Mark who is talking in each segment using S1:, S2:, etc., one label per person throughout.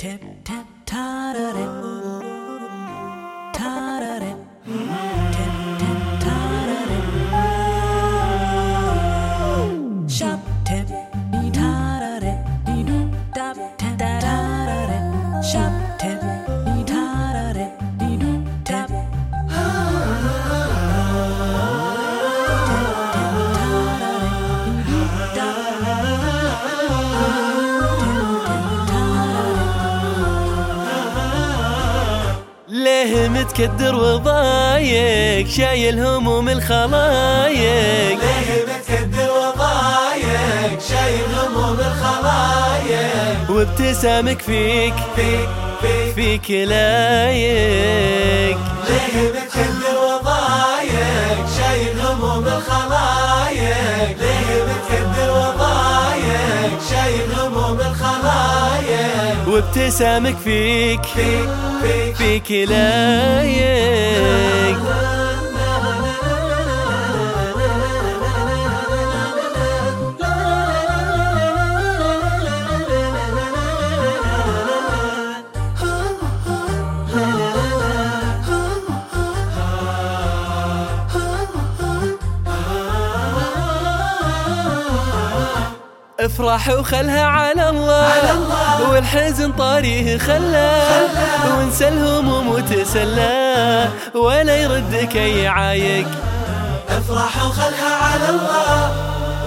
S1: Tip tip ta-da-dip. Ta-da-dip. Tip tip ta-da-dip. Shop tip ta-da-dip. Dee-doo dop tip ta-da-dip. Shop tip ta-da-dip. Dee-doo dop. Tip, tip, ta-da-dip. Dee-doo dop. Tip, tip, ta-da-dip.
S2: ليه متكدر وضايق شايل هموم الخلايق
S3: ليه متكدر وضايق شايل هموم الخلايق
S2: وابتسامك فيك
S3: فيك فيك
S2: فيك لايق
S3: ليه متكدر وضايق شايل هموم الخلايق ليه متكدر وضايق شايل هموم الخلايق
S2: وابتسامك فيك
S3: فيك فيك
S2: فيك لايق افرح وخلها على الله, على الله والحزن طاريه خلاه وانسى الهموم وتسلى ولا يردك اي عايق
S3: افرح وخلها على الله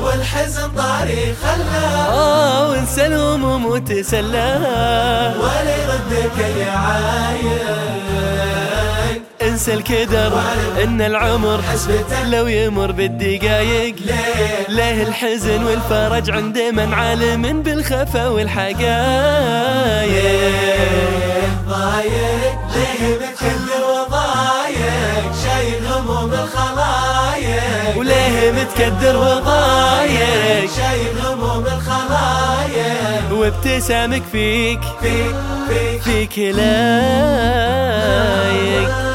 S3: والحزن طاري خلها
S2: اه وانسى الهموم وتسلى
S3: ولا يردك يا عايق
S2: انسى الكدر ان العمر
S3: حسبته
S2: لو يمر بالدقايق
S3: ليه
S2: ليه الحزن والفرج عند من عالم بالخفا والحقايق
S3: ضايق ليه متكدر وضايق شايل هموم الخلايق
S2: وليه متكدر وضايق
S3: شايل هموم الخلايق
S2: وابتسامك فيك
S3: فيك فيك
S2: فيك لايق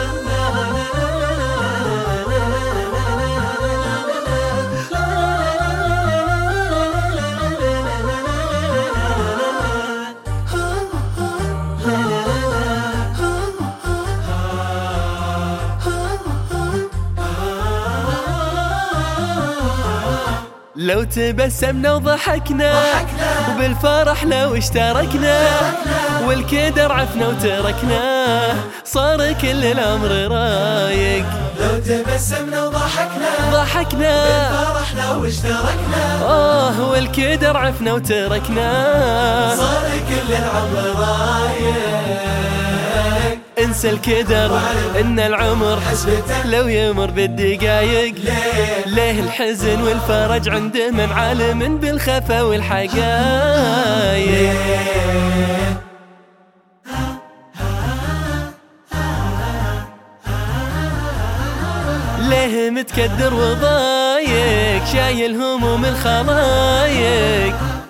S2: لو تبسمنا وضحكنا وبالفرح لو اشتركنا والكدر عفنا وتركنا صار كل الامر رايق
S3: لو تبسمنا وضحكنا
S2: ضحكنا
S3: فرحنا واشتركنا
S2: اه والكدر عفنا وتركنا
S3: صار كل العمر رايق
S2: انسى الكدر ان العمر
S3: حسبته
S2: لو يمر بالدقايق
S3: ليه
S2: ليه الحزن والفرج عند من عالم بالخفا والحقايق ليه متكدر وضايق شايل هموم الخلايق